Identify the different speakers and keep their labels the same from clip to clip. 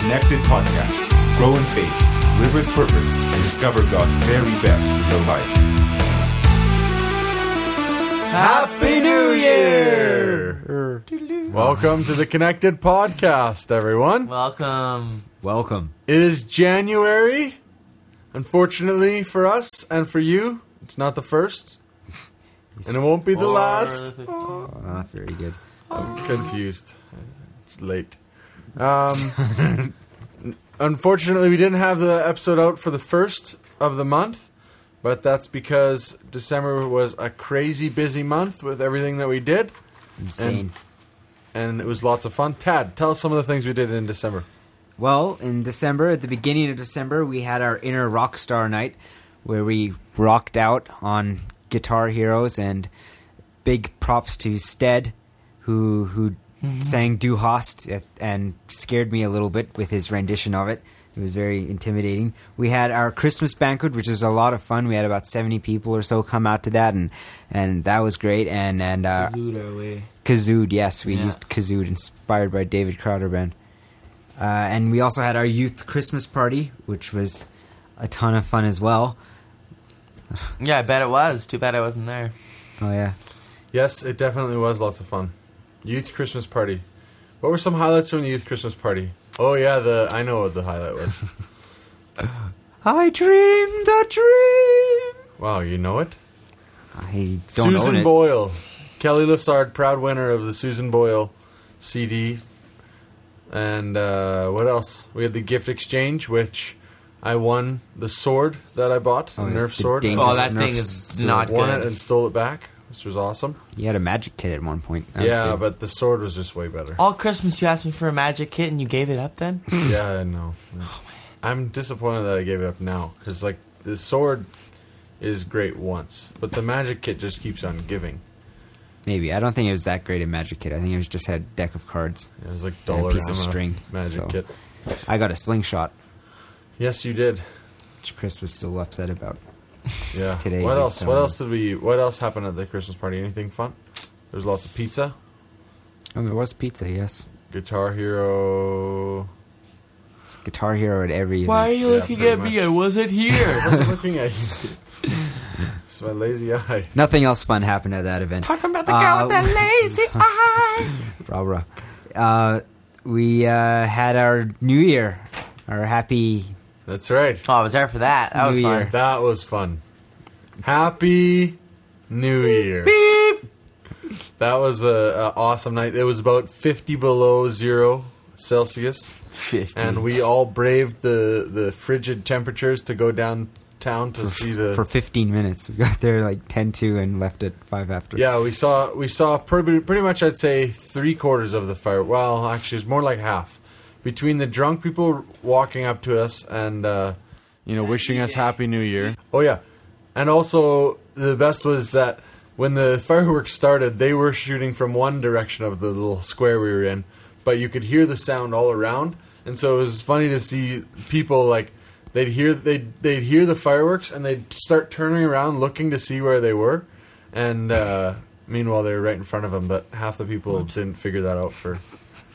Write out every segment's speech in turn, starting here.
Speaker 1: Connected podcast. Grow in faith, live with purpose, and discover God's very best for your life.
Speaker 2: Happy New Year!
Speaker 3: Welcome to the Connected Podcast, everyone.
Speaker 2: Welcome.
Speaker 4: Welcome.
Speaker 3: It is January. Unfortunately for us and for you, it's not the first. And it won't be the
Speaker 2: Or
Speaker 3: last.
Speaker 2: the
Speaker 3: Oh,
Speaker 4: Ah, very good.
Speaker 3: I'm confused. It's late. Um, unfortunately, we didn't have the episode out for the first of the month, but that's because December was a crazy busy month with everything that we did,
Speaker 4: Insane.
Speaker 3: And- and it was lots of fun. Tad, tell us some of the things we did in December.
Speaker 4: well, in December, at the beginning of December, we had our inner rock star night where we rocked out on Guitar Heroes and big props to Stead who who sang Du Hast at- and scared me a little bit with his rendition of it. It was very intimidating. We had our Christmas banquet, which was a lot of fun. We had about 70 people or so come out to that and and that was great and and uh,
Speaker 2: Zuda way.
Speaker 4: Kazood, yes, we
Speaker 2: Yeah.
Speaker 4: used Kazood, inspired by David Crowder Band. Uh, and we also had our youth Christmas party, which was a ton of fun as well.
Speaker 2: Yeah, I bet it was. Too bad I wasn't there.
Speaker 4: Oh yeah,
Speaker 3: Yes, it definitely was lots of fun. Youth Christmas party. What were some highlights from the youth Christmas party? Oh yeah, the I know what the highlight was.
Speaker 4: I dreamed a dream.
Speaker 3: wow, you know it.
Speaker 4: I don't
Speaker 3: Susan
Speaker 4: own it.
Speaker 3: Boyle, Kelly Lassard, proud winner of the Susan Boyle CD. And uh, what else? We had the gift exchange, which I won the sword that I bought,
Speaker 4: Oh,
Speaker 3: the
Speaker 4: yeah,
Speaker 3: Nerf
Speaker 4: the
Speaker 3: sword.
Speaker 4: dangerous
Speaker 2: Oh, that
Speaker 4: Nerf
Speaker 2: thing is
Speaker 4: sword.
Speaker 2: not-
Speaker 3: won
Speaker 2: good.
Speaker 3: it and stole it back, which was awesome.
Speaker 4: You had a magic kit at one point. That was
Speaker 3: yeah,
Speaker 4: good.
Speaker 3: but the sword was just way better.
Speaker 2: All Christmas you asked me for a magic kit and you gave it up then?
Speaker 3: yeah, I know. I'm disappointed that I gave it up now because like the sword is great once, but the magic kit just keeps on giving.
Speaker 4: maybe I don't think it was that great a magic kit. I think it was just had a deck of cards.
Speaker 3: It was like
Speaker 4: And
Speaker 3: dollar
Speaker 4: a piece of string,
Speaker 3: magic
Speaker 4: so-
Speaker 3: kit.
Speaker 4: I got a slingshot,
Speaker 3: Yes, you did.
Speaker 4: which Chris was still upset about.
Speaker 3: Yeah.
Speaker 4: Today
Speaker 3: What
Speaker 4: is
Speaker 3: else? What
Speaker 4: Tony.
Speaker 3: else did we? What else happened at the Christmas party? Anything fun? There's lots of pizza.
Speaker 4: Oh, there was pizza. Yes,
Speaker 3: Guitar Hero.
Speaker 4: it's Guitar Hero at every. event.
Speaker 2: Why are you
Speaker 3: Yeah,
Speaker 2: looking
Speaker 3: pretty
Speaker 2: at me?
Speaker 3: much.
Speaker 2: I wasn't here.
Speaker 3: I'm looking at you. it's my lazy eye.
Speaker 4: Nothing else fun happened at that event.
Speaker 2: Talking about the
Speaker 4: Uh,
Speaker 2: guy with that
Speaker 3: Oh,
Speaker 2: lazy eye.
Speaker 4: Rah, rah. Uh, we uh, had our New Year, our happy.
Speaker 3: That's right.
Speaker 2: Oh, I was there for that. That was
Speaker 4: New
Speaker 2: fun.
Speaker 4: Year.
Speaker 3: That was fun. Happy New Year. That was a, a awesome night. It was about 50 below zero Celsius,
Speaker 2: 50.
Speaker 3: and we all braved the the frigid temperatures to go downtown to see the
Speaker 4: for 15 minutes. We got there like 10 to and left at 5 after.
Speaker 3: Yeah, we saw we saw pretty, pretty much I'd say three quarters of the fire. Well, actually, it's more like half. Between the drunk people walking up to us and uh, you know wishing us happy new year. Oh yeah, and also the best was that when the fireworks started, they were shooting from one direction of the little square we were in, but you could hear the sound all around, and so it was funny to see people like. They'd hear they'd, they'd hear the fireworks and they'd start turning around looking to see where they were, and uh, meanwhile, they were right in front of him, but half the people didn't figure that out for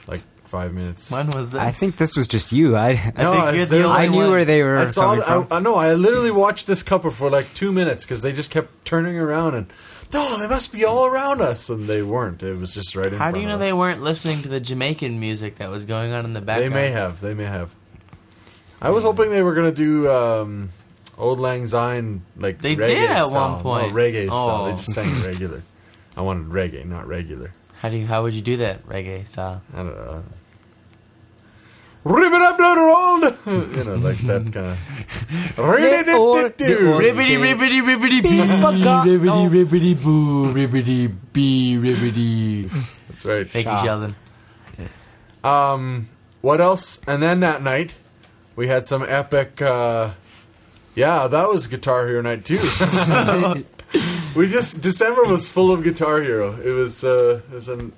Speaker 3: like five minutes.
Speaker 2: When was this?
Speaker 4: I think this was just you. I
Speaker 3: No,
Speaker 2: think
Speaker 3: I- there
Speaker 2: you're the
Speaker 3: was-
Speaker 2: only
Speaker 4: I knew
Speaker 2: one.
Speaker 4: where they were
Speaker 3: I saw.
Speaker 4: coming
Speaker 3: th- I,
Speaker 4: from.
Speaker 3: I know. I literally watched this couple for like two minutes because they just kept turning around and, oh, they must be all around us, and they weren't. It was just right in.
Speaker 2: How
Speaker 3: front
Speaker 2: do you know
Speaker 3: of
Speaker 2: they
Speaker 3: us.
Speaker 2: weren't listening to the Jamaican music that was going on in the
Speaker 3: They
Speaker 2: background?
Speaker 3: may have. They may have. I was hoping they were gonna do um, "Old Lang Syne" like
Speaker 2: They
Speaker 3: reggae
Speaker 2: did at
Speaker 3: style.
Speaker 2: one
Speaker 3: No,
Speaker 2: point.
Speaker 3: reggae style.
Speaker 2: Oh.
Speaker 3: They just sang it regular. I wanted reggae, not regular.
Speaker 2: How do you? How would you do that reggae style?
Speaker 3: I don't know. Rip it up, Donald! you know, like that kind of.
Speaker 4: The old- the old-
Speaker 2: Ribbity ribbity ribbity
Speaker 4: forgot-
Speaker 2: bee, ribbity ribbity boo.
Speaker 5: Ribbity bee ribbity.
Speaker 3: That's right.
Speaker 2: Thank you, Sheldon.
Speaker 3: Um, what else? And then that night, we had some epic. Uh, yeah, that was Guitar Hero night too. we just December was full of Guitar Hero. It was uh, it was a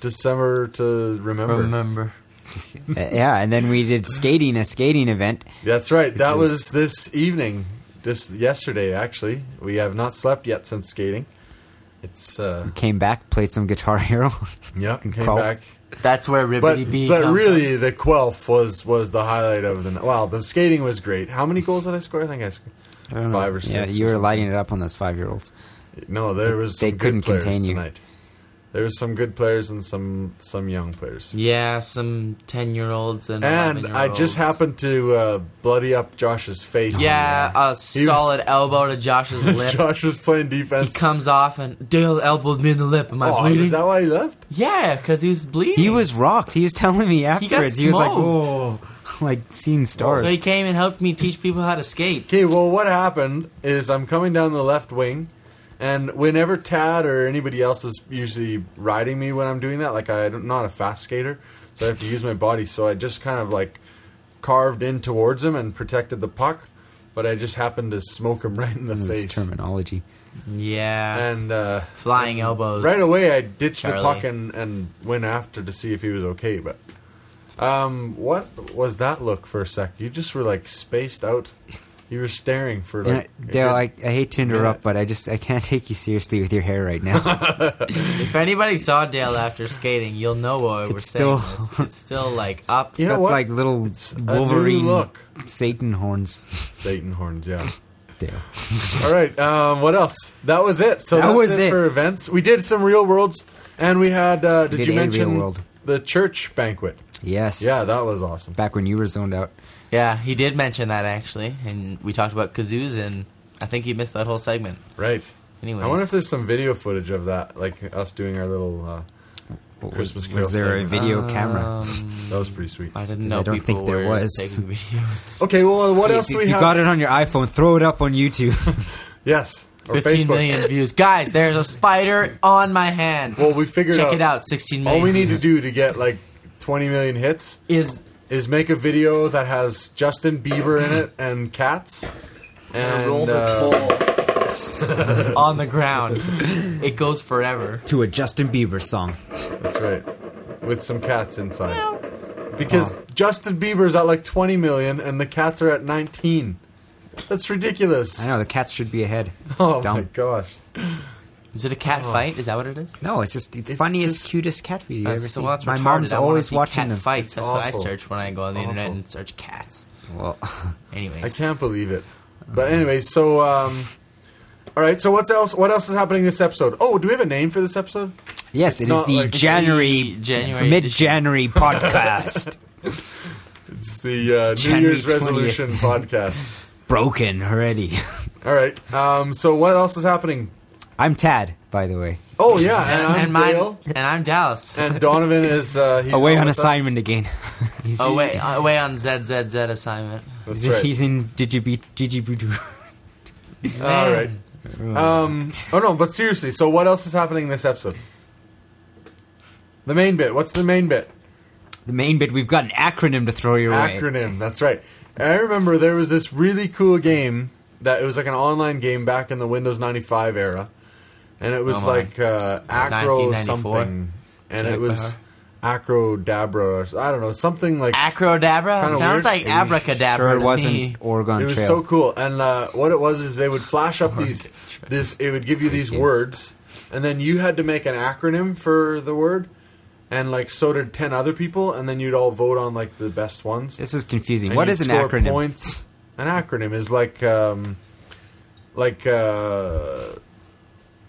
Speaker 3: December to remember.
Speaker 2: Remember.
Speaker 4: Uh, yeah, and then we did skating, a skating event.
Speaker 3: That's right. That
Speaker 4: is-
Speaker 3: was this evening, just yesterday. Actually, we have not slept yet since skating. It's uh,
Speaker 4: Came back, played some Guitar Hero.
Speaker 3: Yep, came
Speaker 4: Crawl-
Speaker 3: back.
Speaker 2: That's where ribbity
Speaker 3: But
Speaker 2: bee.
Speaker 3: but
Speaker 2: come
Speaker 3: really, the Quelf was was the highlight of the night. Wow, the skating was great. How many goals did I score? I think I scored five or six.
Speaker 4: Yeah,
Speaker 3: or
Speaker 4: you were lighting it up on those five year olds.
Speaker 3: No, there was some
Speaker 4: They couldn't
Speaker 3: good players
Speaker 4: contain you.
Speaker 3: tonight. There was some good players and some some young players.
Speaker 2: from. Yeah, some ten-year-olds and.
Speaker 3: And I
Speaker 2: 11-year-olds.
Speaker 3: just happened to uh, bloody up Josh's face.
Speaker 2: Yeah, a
Speaker 3: was-
Speaker 2: solid elbow to Josh's lip.
Speaker 3: Josh was playing
Speaker 2: He
Speaker 3: defense.
Speaker 2: comes off and Dale elbowed me in the lip. Am I
Speaker 3: Oh,
Speaker 2: bleeding?
Speaker 3: is that why he left?
Speaker 2: yeah, because he was bleeding.
Speaker 4: He was rocked. He was telling me afterwards. He, was like, "Whoa,
Speaker 2: smoked.
Speaker 4: like seeing stars."
Speaker 2: So he came and helped me teach people how to skate.
Speaker 3: Okay, well, what happened is I'm coming down the left wing, and whenever Tad or anybody else is usually riding me when I'm doing that, like I'm not a fast skater, so I have to use my body. So I just kind of like carved in towards him and protected the puck, but I just happened to smoke him right in the
Speaker 4: Some of this
Speaker 3: face.
Speaker 4: terminology.
Speaker 2: Yeah,
Speaker 3: And uh,
Speaker 2: flying elbows.
Speaker 3: Right away, I ditched the
Speaker 2: Charlie.
Speaker 3: puck and, and went after to see if he was okay. But um, what was that look for a sec? You just were like spaced out. You were staring for
Speaker 4: And
Speaker 3: like
Speaker 4: I- Dale,
Speaker 3: a
Speaker 4: I,
Speaker 3: good-
Speaker 4: I hate to interrupt, but I just I can't take you seriously with your hair right now.
Speaker 2: If anybody saw Dale after skating, you'll know why we're
Speaker 4: It's
Speaker 2: saying
Speaker 4: still-
Speaker 2: this. It's still like up.
Speaker 3: You know
Speaker 4: got
Speaker 3: what?
Speaker 4: like little
Speaker 3: a new
Speaker 4: Wolverine
Speaker 3: look.
Speaker 4: Satan horns.
Speaker 3: Satan horns. Yeah.
Speaker 4: Dale.
Speaker 3: All right. Um, what else? That was it. So
Speaker 4: That
Speaker 3: that
Speaker 4: was
Speaker 3: was
Speaker 4: it.
Speaker 3: for events. We did some real worlds, and we had. Uh, did
Speaker 4: did
Speaker 3: you
Speaker 4: a real
Speaker 3: mention
Speaker 4: world.
Speaker 3: the church banquet?
Speaker 4: Yes.
Speaker 3: Yeah, that was awesome.
Speaker 4: Back when you were zoned out.
Speaker 2: Yeah, he did mention that actually, and we talked about kazoos, and I think he missed that whole segment.
Speaker 3: Right.
Speaker 2: Anyways,
Speaker 3: I wonder if there's some video footage of that, like us doing our little. Uh,
Speaker 4: What was,
Speaker 3: Christmas Carol
Speaker 4: was
Speaker 3: Uh,
Speaker 4: there a
Speaker 3: segment.
Speaker 4: video camera?
Speaker 3: that was pretty sweet.
Speaker 2: I didn't
Speaker 4: 'Cause
Speaker 2: know
Speaker 4: I don't
Speaker 2: people
Speaker 4: think there
Speaker 2: were
Speaker 4: was.
Speaker 2: taking videos.
Speaker 3: Okay. Well, what else
Speaker 4: if
Speaker 3: do we
Speaker 4: you
Speaker 3: have?
Speaker 4: got it on your iPhone, throw it up on YouTube.
Speaker 3: Yes. Or
Speaker 2: Fifteen million views, guys. There's a spider on my hand.
Speaker 3: Well, we figured
Speaker 2: Check
Speaker 3: out,
Speaker 2: it out. Sixteen million.
Speaker 3: All we need to do
Speaker 2: views.
Speaker 3: to get like 20 million hits
Speaker 2: is
Speaker 3: is make a video that has Justin Bieber in it and cats. And uh,
Speaker 2: on the ground. It goes forever.
Speaker 4: to a Justin Bieber song.
Speaker 3: that's right, with some cats inside. Because Justin Bieber's at like 20 million and the cats are at 19. That's ridiculous.
Speaker 4: I know the cats should be ahead. It's
Speaker 3: Oh
Speaker 4: dumb.
Speaker 3: my gosh.
Speaker 2: Is it a cat
Speaker 4: Oh.
Speaker 2: fight? Is that what it is?
Speaker 4: No, it's just the funniest,
Speaker 3: just-
Speaker 4: cutest cat video you ever
Speaker 2: That's,
Speaker 4: seen.
Speaker 2: well, that's
Speaker 4: my
Speaker 2: retarded.
Speaker 4: mom's
Speaker 2: I wanna
Speaker 4: always
Speaker 2: see
Speaker 4: watching
Speaker 2: cat
Speaker 4: them.
Speaker 2: fights. That's what I
Speaker 3: awful.
Speaker 2: search when I go on the internet
Speaker 3: awful.
Speaker 2: and search cats.
Speaker 4: Well,
Speaker 2: Anyways,
Speaker 3: I can't believe it. But anyway, so um, all right. So what's else? What else is happening this episode? Oh, do we have a name for this episode?
Speaker 4: yes, it is
Speaker 3: not
Speaker 4: the
Speaker 3: like-
Speaker 4: January,
Speaker 2: It's the January
Speaker 4: mid-January podcast.
Speaker 3: It's the uh, New
Speaker 4: January
Speaker 3: Year's
Speaker 4: 20th.
Speaker 3: resolution podcast.
Speaker 4: Broken already.
Speaker 3: All right. Um, so what else is happening?
Speaker 4: I'm Tad, by the way.
Speaker 3: Oh yeah, and, I'm
Speaker 2: And mine,
Speaker 3: Dale.
Speaker 2: and I'm Dallas.
Speaker 3: And Donovan is uh, he's
Speaker 4: Away
Speaker 3: not
Speaker 4: on
Speaker 3: with us.
Speaker 4: assignment again. He's-
Speaker 2: Oh wait, away on ZZZ assignment.
Speaker 3: That's right.
Speaker 4: He's in Digibeat Digiboodoo.
Speaker 3: All right.
Speaker 2: Man.
Speaker 3: Um, oh no, but seriously. So what else is happening this episode? The main bit. What's the main bit?
Speaker 4: The main bit, we've got an acronym to throw your way.
Speaker 3: Acronym. That's right. I remember there was this really cool game that it was like an online game back in the Windows 95 era, and it was
Speaker 2: Oh my.
Speaker 3: like uh, Acro
Speaker 2: 1994?
Speaker 3: something, and it was
Speaker 4: uh-huh.
Speaker 2: Can't
Speaker 3: Acro Dabra. I don't know something like
Speaker 2: Acrodabra
Speaker 3: Kinda weird.
Speaker 2: sounds like
Speaker 3: Are you
Speaker 2: abracadabra.
Speaker 4: Sure, it
Speaker 2: to me.
Speaker 4: wasn't Oregon
Speaker 3: It was
Speaker 4: Trail.
Speaker 3: so cool, and uh, what it was is they would flash up these. This it would give you these words, and then you had to make an acronym for the word, and like so did ten other people, and then you'd all vote on like the best ones.
Speaker 4: This is confusing.
Speaker 3: And
Speaker 4: What
Speaker 3: you'd
Speaker 4: is an
Speaker 3: score
Speaker 4: acronym?
Speaker 3: Points. An acronym is like, um, like uh,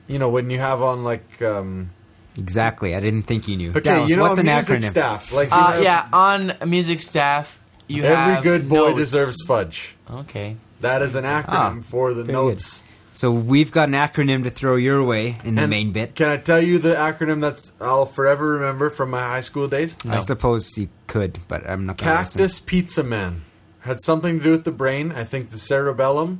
Speaker 3: you know when you have on like um,
Speaker 4: Exactly. I didn't think you knew.
Speaker 3: okay,
Speaker 4: Dallas,
Speaker 3: you know
Speaker 4: what's an
Speaker 3: music
Speaker 4: acronym?
Speaker 3: staff like you
Speaker 2: Uh,
Speaker 3: have-
Speaker 2: yeah, on music staff, you
Speaker 3: every
Speaker 2: have
Speaker 3: good boy
Speaker 2: notes.
Speaker 3: deserves fudge.
Speaker 2: Okay,
Speaker 3: That is an acronym
Speaker 4: Ah,
Speaker 3: for the
Speaker 4: very good.
Speaker 3: notes.
Speaker 4: So we've got an acronym to throw your way in the
Speaker 3: And
Speaker 4: main bit.
Speaker 3: Can I tell you the acronym that's I'll forever remember from my high school days?
Speaker 4: I suppose you could, but I'm not going to listen.
Speaker 3: Cactus Pizza Man had something to do with the brain. I think the cerebellum.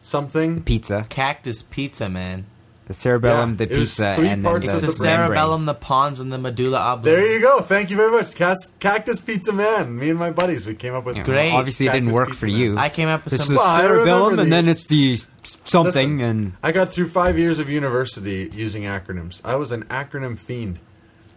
Speaker 3: Something.
Speaker 4: Pizza,
Speaker 2: cactus pizza, man.
Speaker 4: the cerebellum,
Speaker 3: Yeah,
Speaker 4: the
Speaker 3: it was
Speaker 4: pizza,
Speaker 3: three
Speaker 4: and then
Speaker 3: parts
Speaker 4: the,
Speaker 3: of
Speaker 2: It's the,
Speaker 3: the brain.
Speaker 2: cerebellum, the pons, and the medulla oblong.
Speaker 3: There you go. Thank you very much. Cactus, Cactus Pizza Man. Me and my buddies, we came up with
Speaker 4: Yeah,
Speaker 2: Great.
Speaker 4: Obviously, it didn't
Speaker 3: Cactus
Speaker 4: work
Speaker 3: Pizza
Speaker 4: for
Speaker 3: Man.
Speaker 4: you.
Speaker 2: I came up with
Speaker 4: It's
Speaker 2: some.
Speaker 4: the
Speaker 3: Well, I remember
Speaker 4: cerebellum, and
Speaker 3: the-
Speaker 4: then it's the s- something,
Speaker 3: Listen,
Speaker 4: and
Speaker 3: I got through five years of university using acronyms. I was an acronym fiend.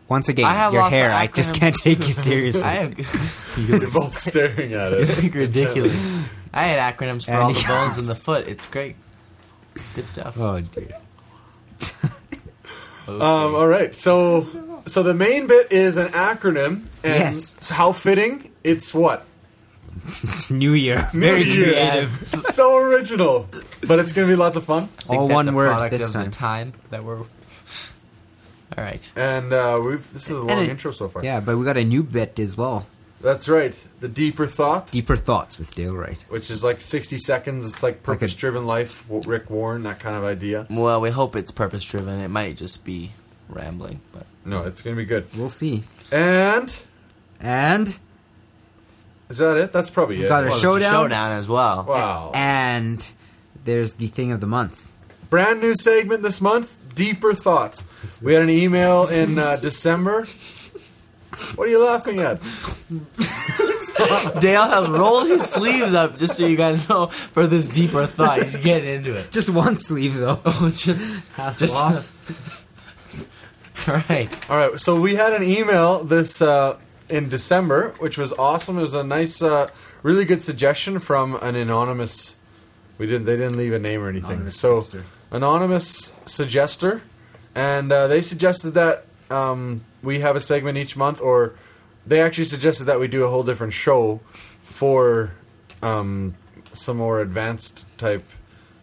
Speaker 4: once again,
Speaker 2: I have
Speaker 4: your
Speaker 2: lots of
Speaker 4: hair. I just
Speaker 2: acronyms.
Speaker 4: can't take you seriously.
Speaker 2: I have
Speaker 3: We're both staring at it.
Speaker 2: ridiculous. I had acronyms for all
Speaker 4: And
Speaker 2: the
Speaker 4: he-
Speaker 2: bones in the foot. It's great. Good stuff.
Speaker 4: oh, dude.
Speaker 3: Um, all right, so so the main bit is an acronym, and
Speaker 4: Yes.
Speaker 3: s- how fitting. It's what?
Speaker 4: It's New Year.
Speaker 3: New
Speaker 4: Very
Speaker 3: Year.
Speaker 4: creative.
Speaker 3: so original, but it's gonna be lots of fun.
Speaker 2: I think
Speaker 4: All
Speaker 2: that's
Speaker 4: one
Speaker 2: a
Speaker 4: word
Speaker 2: product
Speaker 4: this
Speaker 2: of
Speaker 4: time.
Speaker 2: The time that we're. All right.
Speaker 3: And uh, we've this is a long
Speaker 4: it-
Speaker 3: intro so far.
Speaker 4: Yeah, but we got a new bit as well.
Speaker 3: That's right. The deeper thought,
Speaker 4: Deeper thoughts with Dale Wright.
Speaker 3: which is like sixty seconds. It's like
Speaker 4: Like a-
Speaker 3: purpose-driven life. w- Rick Warren, that kind of idea.
Speaker 2: Well, we hope it's purpose driven. It might just be rambling, but
Speaker 3: No, it's gonna be good.
Speaker 4: We'll see.
Speaker 3: And
Speaker 4: And
Speaker 3: is that it? That's probably it.
Speaker 4: got our
Speaker 2: Well, it's a
Speaker 4: showdown.
Speaker 2: showdown as well.
Speaker 3: Wow.
Speaker 4: And there's the thing of the month.
Speaker 3: Brand new segment this month, Deeper Thoughts. We had an email in uh, December. What are you laughing at?
Speaker 2: Dale has rolled his sleeves up just so you guys know for this deeper thought. He's getting into it.
Speaker 4: Just one sleeve though.
Speaker 2: Oh, just
Speaker 4: Hassle
Speaker 2: just.
Speaker 4: off.
Speaker 2: all right.
Speaker 3: All right, so we had an email this uh, in December, which was awesome. It was a nice, uh, really good suggestion from an anonymous. We didn't. They didn't leave a name or anything.
Speaker 4: Anonymous
Speaker 3: so
Speaker 4: texter.
Speaker 3: anonymous suggester, and uh, they suggested that um, we have a segment each month, or they actually suggested that we do a whole different show for um, some more advanced type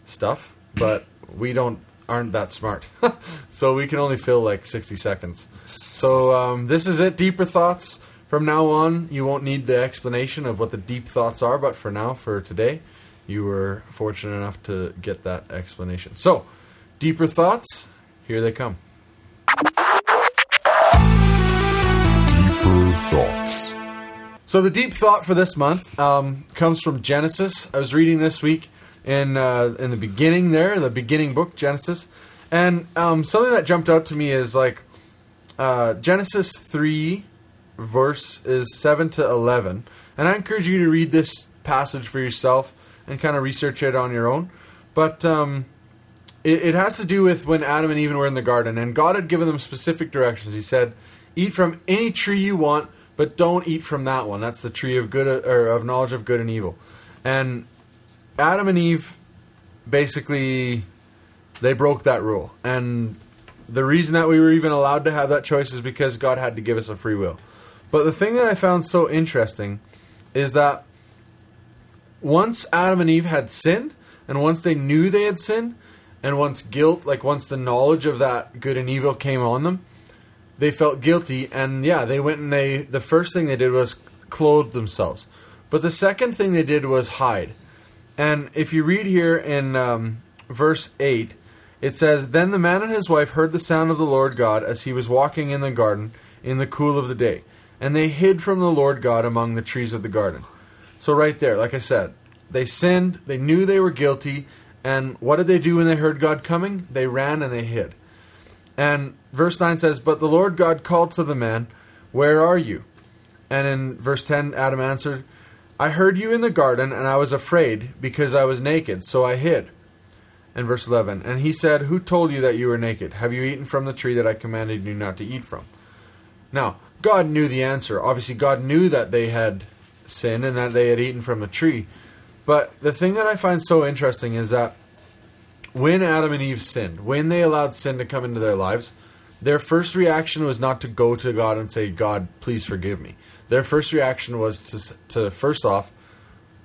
Speaker 3: stuff. But we don't aren't that smart, so we can only fill like sixty seconds. So um, this is it. Deeper thoughts. From now on, you won't need the explanation of what the deep thoughts are. But for now, for today, you were fortunate enough to get that explanation. So, deeper thoughts. Here they come.
Speaker 1: Deeper thoughts.
Speaker 3: So the deep thought for this month um, comes from Genesis. I was reading this week in uh, in the beginning there, the beginning book Genesis, and um, something that jumped out to me is like uh, Genesis three, verse is seven to eleven, and I encourage you to read this passage for yourself and kind of research it on your own. But um, it, it has to do with when Adam and Eve were in the garden, and God had given them specific directions. He said, "Eat from any tree you want, but don't eat from that one. That's the tree of good or of knowledge of good and evil." And Adam and Eve basically they broke that rule, and the reason that we were even allowed to have that choice is because God had to give us a free will. But the thing that I found so interesting is that once Adam and Eve had sinned, and once they knew they had sinned, and once guilt, like once the knowledge of that good and evil came on them, they felt guilty. And yeah, they went and they, the first thing they did was clothe themselves. But the second thing they did was hide. And if you read here in um, verse 8, it says, Then the man and his wife heard the sound of the Lord God as he was walking in the garden in the cool of the day. And they hid from the Lord God among the trees of the garden. So right there, like I said, they sinned, they knew they were guilty, and what did they do when they heard God coming? They ran and they hid. And verse 9 says, But the Lord God called to the man, Where are you? And in verse 10, Adam answered, I heard you in the garden, and I was afraid, because I was naked, so I hid. And verse 11, And he said, Who told you that you were naked? Have you eaten from the tree that I commanded you not to eat from? Now, God knew the answer. Obviously, God knew that they had sinned and that they had eaten from a tree. But the thing that I find so interesting is that when Adam and Eve sinned, when they allowed sin to come into their lives, their first reaction was not to go to God and say, God, please forgive me. Their first reaction was to, to first off,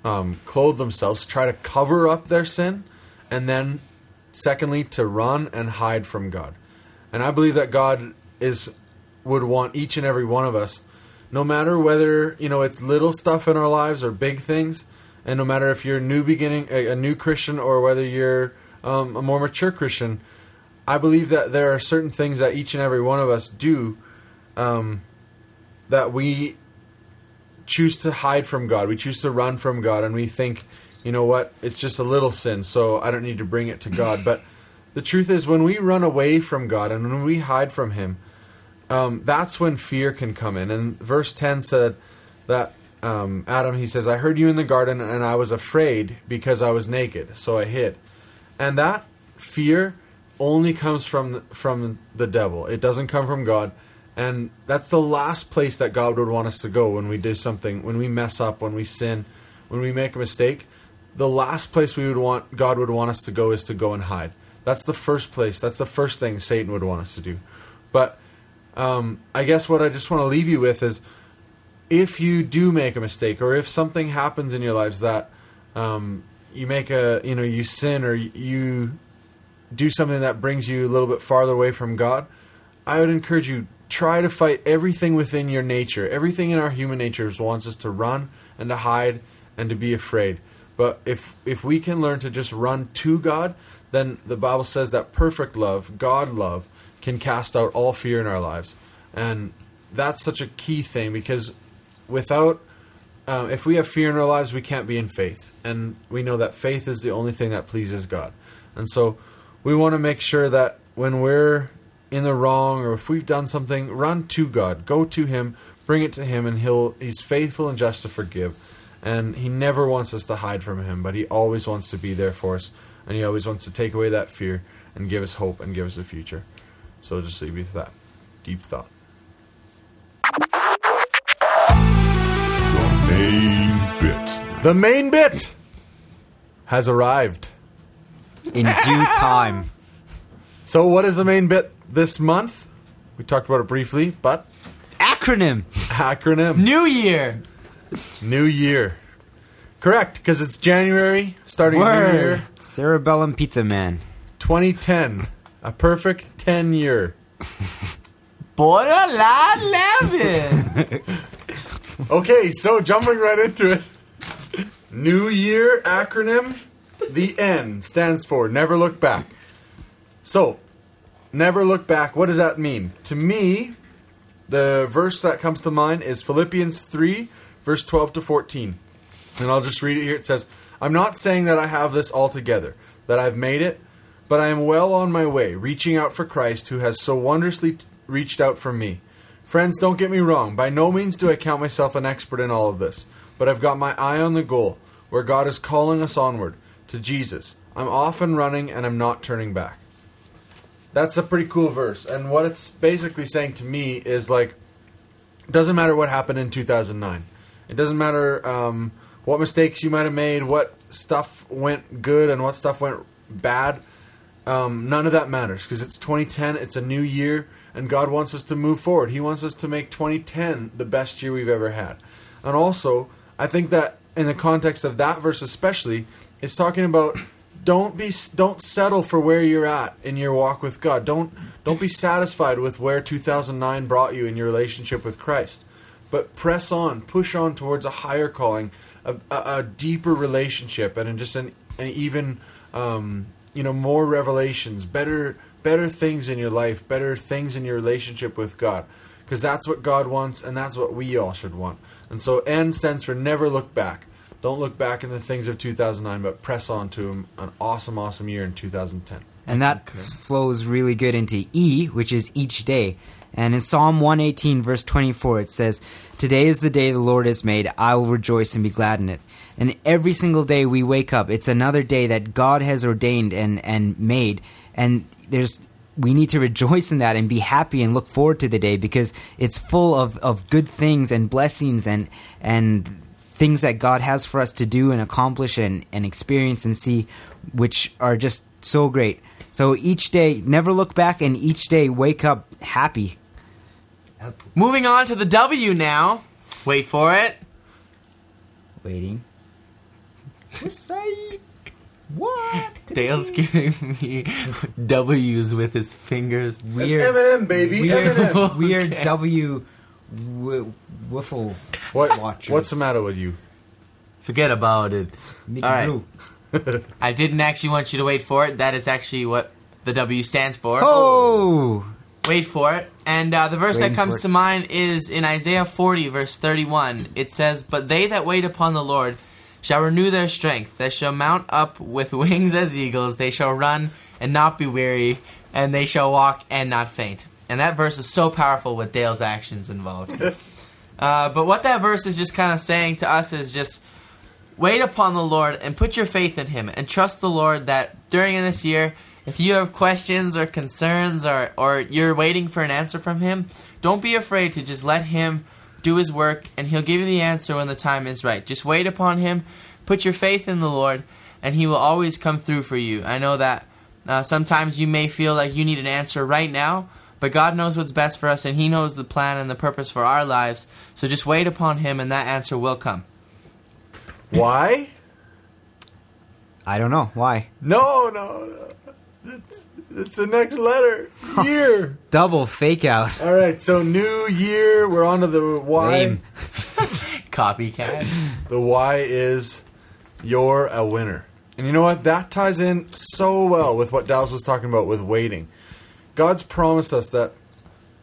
Speaker 3: um, clothe themselves, try to cover up their sin, and then, secondly, to run and hide from God. And I believe that God is would want each and every one of us, no matter whether you know it's little stuff in our lives or big things, and no matter if you're a new beginning, a, a new Christian, or whether you're um, a more mature Christian. I believe that there are certain things that each and every one of us do um, that we choose to hide from God. We choose to run from God, and we think, you know what? It's just a little sin, so I don't need to bring it to God. But the truth is, when we run away from God and when we hide from Him, um, that's when fear can come in. And verse ten said that um, Adam, he says, "I heard you in the garden, and I was afraid because I was naked, so I hid." And that fear only comes from the, from the devil. It doesn't come from God. And that's the last place that God would want us to go when we do something, when we mess up, when we sin, when we make a mistake. The last place we would want God would want us to go is to go and hide. That's the first place. That's the first thing Satan would want us to do. But um, I guess what I just want to leave you with is if you do make a mistake or if something happens in your lives that um, you make a you know you sin or you do something that brings you a little bit farther away from God, I would encourage you try to fight everything within your nature. Everything in our human nature wants us to run and to hide and to be afraid. But if if we can learn to just run to God, then the Bible says that perfect love, God love, can cast out all fear in our lives. And that's such a key thing because without um, if we have fear in our lives, we can't be in faith. And we know that faith is the only thing that pleases God. And so we want to make sure that when we're in the wrong or if we've done something, run to God, go to Him, bring it to Him, and He'll He's faithful and just to forgive. And He never wants us to hide from Him, but He always wants to be there for us, and He always wants to take away that fear and give us hope and give us a future. So I'll just leave you with that deep thought.
Speaker 1: The main bit.
Speaker 3: The main bit has arrived.
Speaker 4: in due time.
Speaker 3: So, what is the main bit this month? We talked about it briefly, but
Speaker 4: Acronym.
Speaker 3: acronym
Speaker 5: New Year.
Speaker 3: New Year. Correct, because it's January, starting New
Speaker 5: Word.
Speaker 3: Year
Speaker 4: Cerebellum Pizza Man.
Speaker 3: 2010. A perfect 10 year.
Speaker 2: Borderline eleven.
Speaker 3: Okay, so jumping right into it. New Year acronym. The N stands for Never Look Back. So, Never Look Back, what does that mean? To me, the verse that comes to mind is Philippians 3, verse 12 to 14. And I'll just read it here. It says, I'm not saying that I have this altogether, that I've made it, but I am well on my way, reaching out for Christ who has so wondrously t- reached out for me. Friends, don't get me wrong. By no means do I count myself an expert in all of this, but I've got my eye on the goal, where God is calling us onward, to Jesus. I'm off and running, and I'm not turning back. That's a pretty cool verse. And what it's basically saying to me is like, it doesn't matter what happened in 2009. It doesn't matter um, what mistakes you might have made, what stuff went good and what stuff went bad. Um, none of that matters because it's 2010. It's a new year, and God wants us to move forward. He wants us to make 2010 the best year we've ever had. And also, I think that in the context of that verse especially, it's talking about don't be don't settle for where you're at in your walk with God. Don't don't be satisfied with where 2009 brought you in your relationship with Christ, but press on, push on towards a higher calling, a, a, a deeper relationship, and just an, an even um, you know more revelations, better better things in your life, better things in your relationship with God, because that's what God wants, and that's what we all should want. And so N stands for never look back. Don't look back in the things of 2009, but press on to an- an awesome, awesome year in 2010.
Speaker 4: And that flows really good into E, which is each day. And in Psalm 118, verse 24, it says, Today is the day the Lord has made. I will rejoice and be glad in it. And every single day we wake up, it's another day that God has ordained and, and made. And there's we need to rejoice in that and be happy and look forward to the day because it's full of, of good things and blessings and and things that God has for us to do and accomplish and, and experience and see, which are just so great. So each day, never look back, and each day wake up happy.
Speaker 2: Moving on to the W now. Wait for it.
Speaker 4: Waiting.
Speaker 2: Dale's giving me W's with his fingers.
Speaker 3: That's
Speaker 4: Weird.
Speaker 3: Eminem, baby. Eminem.
Speaker 4: Weird, weird
Speaker 2: Okay.
Speaker 4: W w- wiffle.
Speaker 3: What,
Speaker 4: Watchers.
Speaker 3: what's the matter with you?
Speaker 2: Forget about it.
Speaker 4: Mickey
Speaker 2: All right.
Speaker 4: Blue.
Speaker 2: I didn't actually want you to wait for it. That is actually what the W stands for.
Speaker 4: Oh!
Speaker 2: Wait for it. And uh, the verse
Speaker 4: Waiting
Speaker 2: that
Speaker 4: for
Speaker 2: comes
Speaker 4: it.
Speaker 2: to mind is in Isaiah 40, verse 31. It says, But they that wait upon the Lord shall renew their strength. They shall mount up with wings as eagles. They shall run and not be weary. And they shall walk and not faint. And that verse is so powerful with Dale's actions involved. uh, but what that verse is just kind of saying to us is just wait upon the Lord and put your faith in Him and trust the Lord that during this year, if you have questions or concerns or, or you're waiting for an answer from Him, don't be afraid to just let Him do His work and He'll give you the answer when the time is right. Just wait upon Him, put your faith in the Lord, and He will always come through for you. I know that uh, sometimes you may feel like you need an answer right now, But God knows what's best for us, and He knows the plan and the purpose for our lives. So just wait upon Him, and that answer will come.
Speaker 3: Why?
Speaker 4: I don't know why.
Speaker 3: No, no, no. It's, it's the next letter. Year.
Speaker 4: Double fake out.
Speaker 3: All right, so new year. We're on to the why.
Speaker 4: Lame.
Speaker 2: Copycat.
Speaker 3: The why is you're a winner. And you know what? That ties in so well with what Dallas was talking about with waiting. God's promised us that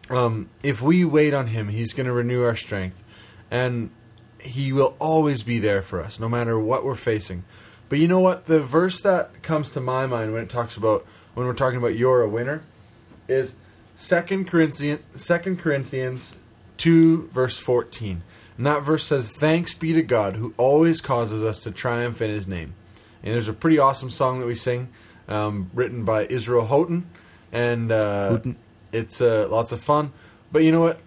Speaker 3: um, if we wait on Him, He's going to renew our strength. And He will always be there for us, no matter what we're facing. But you know what? The verse that comes to my mind when it talks about, when we're talking about you're a winner, is 2 Corinthians, 2 Corinthians 2, verse 14. And that verse says, Thanks be to God who always causes us to triumph in his name. And there's a pretty awesome song that we sing, um, written by Israel Houghton. And uh, it's uh, lots of fun. But you know what?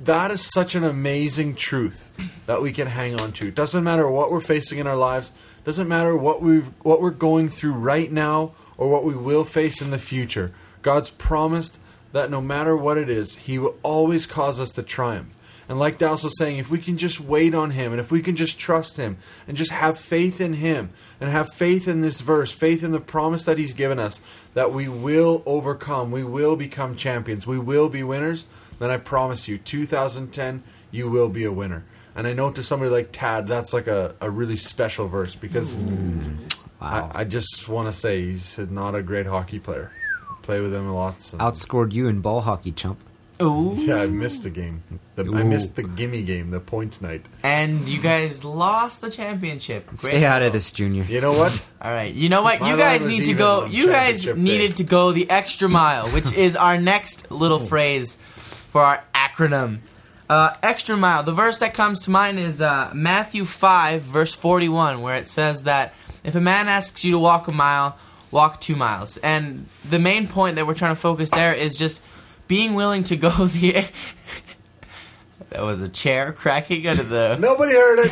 Speaker 3: that is such an amazing truth that we can hang on to. It doesn't matter what we're facing in our lives, doesn't matter what we've what we're going through right now or what we will face in the future. God's promised that no matter what it is, he will always cause us to triumph. And like Dallas was saying, if we can just wait on him and if we can just trust him and just have faith in him and have faith in this verse, faith in the promise that he's given us, that we will overcome, we will become champions, we will be winners, then I promise you, 2010, you will be a winner. And I know to somebody like Tad, that's like a, a really special verse because
Speaker 4: Wow.
Speaker 3: I, I just want to say he's not a great hockey player. Play with him lots. and-
Speaker 4: Outscored you in ball hockey, chump.
Speaker 2: Ooh.
Speaker 3: yeah, I missed the game. The, I
Speaker 4: Ooh.
Speaker 3: missed the gimme game, the points night.
Speaker 2: And you guys lost the championship. Great.
Speaker 4: Stay out of this, Junior.
Speaker 3: You know what?
Speaker 2: All right. You know what?
Speaker 3: My
Speaker 2: you
Speaker 3: line
Speaker 2: guys
Speaker 3: was
Speaker 2: need to
Speaker 3: even
Speaker 2: go.
Speaker 3: on
Speaker 2: You guys
Speaker 3: championship
Speaker 2: needed
Speaker 3: day.
Speaker 2: to go the extra mile, which is our next little phrase for our acronym. Uh, extra mile. The verse that comes to mind is uh, Matthew 5, verse 41, where it says that if a man asks you to walk a mile, walk two miles. And the main point that we're trying to focus there is just being willing to go the. that was a chair cracking under the.
Speaker 3: Nobody heard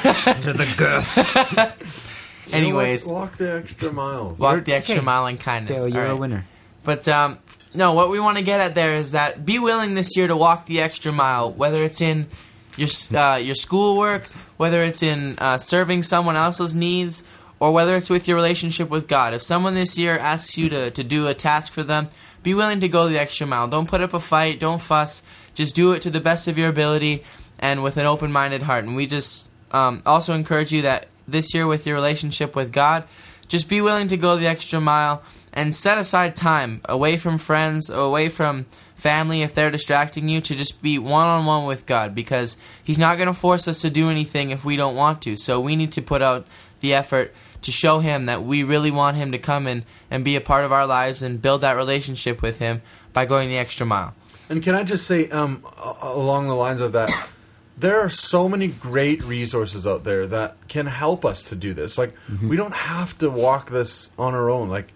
Speaker 3: it.
Speaker 2: Anyways,
Speaker 3: walk the extra mile.
Speaker 2: walk the extra
Speaker 4: okay.
Speaker 2: mile in kindness.
Speaker 4: Dale, you're
Speaker 2: All
Speaker 4: a
Speaker 2: right.
Speaker 4: winner.
Speaker 2: But um, no, what we want to get at there is that be willing this year to walk the extra mile, whether it's in your s- uh, your schoolwork, whether it's in uh, serving someone else's needs, or whether it's with your relationship with God. If someone this year asks you to, to do a task for them, be willing to go the extra mile. Don't put up a fight. Don't fuss. Just do it to the best of your ability and with an open minded heart. And we just um, also encourage you that this year with your relationship with God, just be willing to go the extra mile and set aside time away from friends, away from family if they're distracting you, to just be one on one with God because He's not going to force us to do anything if we don't want to. So we need to put out the effort to show Him that we really want Him to come in and be a part of our lives and build that relationship with Him by going the extra mile.
Speaker 3: And can I just say, um, a- along the lines of that, there are so many great resources out there that can help us to do this. Like,
Speaker 2: Mm-hmm.
Speaker 3: we don't have to walk this on our own. Like,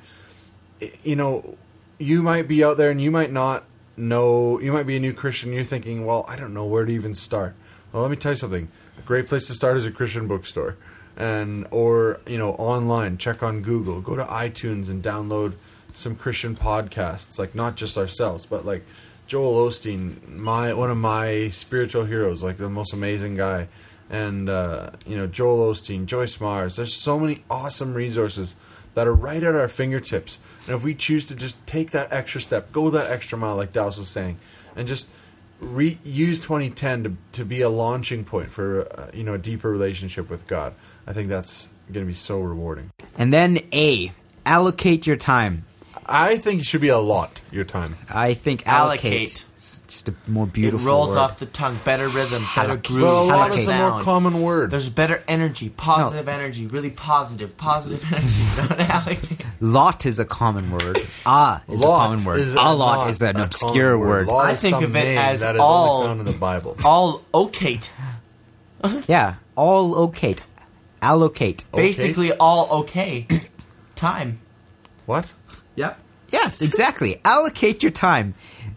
Speaker 3: i- you know, you might be out there and you might not know, you might be a new Christian. You're thinking, well, I don't know where to even start. Well, let me tell you something. A great place to start is a Christian bookstore, and or you know, online. Check on Google. Go to iTunes and download some Christian podcasts. Like not just ourselves, but like Joel Osteen, my one of my spiritual heroes, like the most amazing guy. And uh, you know Joel Osteen, Joyce Mars. There's so many awesome resources that are right at our fingertips. And if we choose to just take that extra step, go that extra mile, like Dallas was saying, and just re- use 2010 to, to be a launching point for uh, you know a deeper relationship with God, I think that's going to be so rewarding.
Speaker 4: And then A, allocate your time.
Speaker 3: I think it should be a lot your time.
Speaker 4: I think
Speaker 2: Allocate.
Speaker 4: allocate. It's just a more beautiful.
Speaker 2: it rolls
Speaker 4: word.
Speaker 2: off the tongue, better rhythm, better
Speaker 4: Allocate.
Speaker 2: groove,
Speaker 3: But a lot
Speaker 2: better
Speaker 3: is a
Speaker 4: Allocate.
Speaker 3: more
Speaker 2: sound.
Speaker 3: common word.
Speaker 2: There's better energy, positive energy, really positive, positive energy. Don't allocate.
Speaker 4: Lot is a common word. Ah is
Speaker 3: Lot
Speaker 4: a common word.
Speaker 3: is
Speaker 4: a lot
Speaker 3: not
Speaker 4: is an
Speaker 3: a
Speaker 4: obscure
Speaker 3: common
Speaker 4: word.
Speaker 3: Lot
Speaker 2: I
Speaker 3: is
Speaker 2: think
Speaker 3: some
Speaker 2: of it
Speaker 3: name
Speaker 2: as
Speaker 3: that is
Speaker 2: all-
Speaker 3: only found in the Bible.
Speaker 2: All okay.
Speaker 4: Yeah, all locate, allocate.
Speaker 2: Basically, all okay. Time.
Speaker 3: What?
Speaker 2: Yep.
Speaker 4: Yes, exactly. Allocate your time.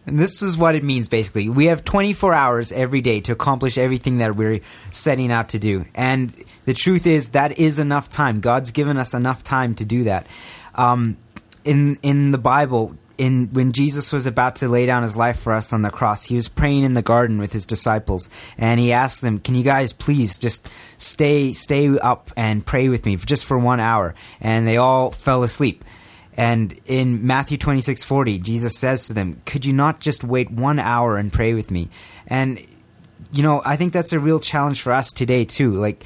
Speaker 4: And this is what it means basically. We have 24 hours every day to accomplish everything that we're setting out to do. And the truth is that is enough time. God's given us enough time to do that. Um, in in the Bible, in when Jesus was about to lay down his life for us on the cross, he was praying in the garden with his disciples, and he asked them, "Can you guys please just stay stay up and pray with me just for one hour?" And they all fell asleep. And in Matthew twenty six forty, Jesus says to them, "Could you not just wait one hour and pray with me?" And you know, I think that's a real challenge for us today too. Like,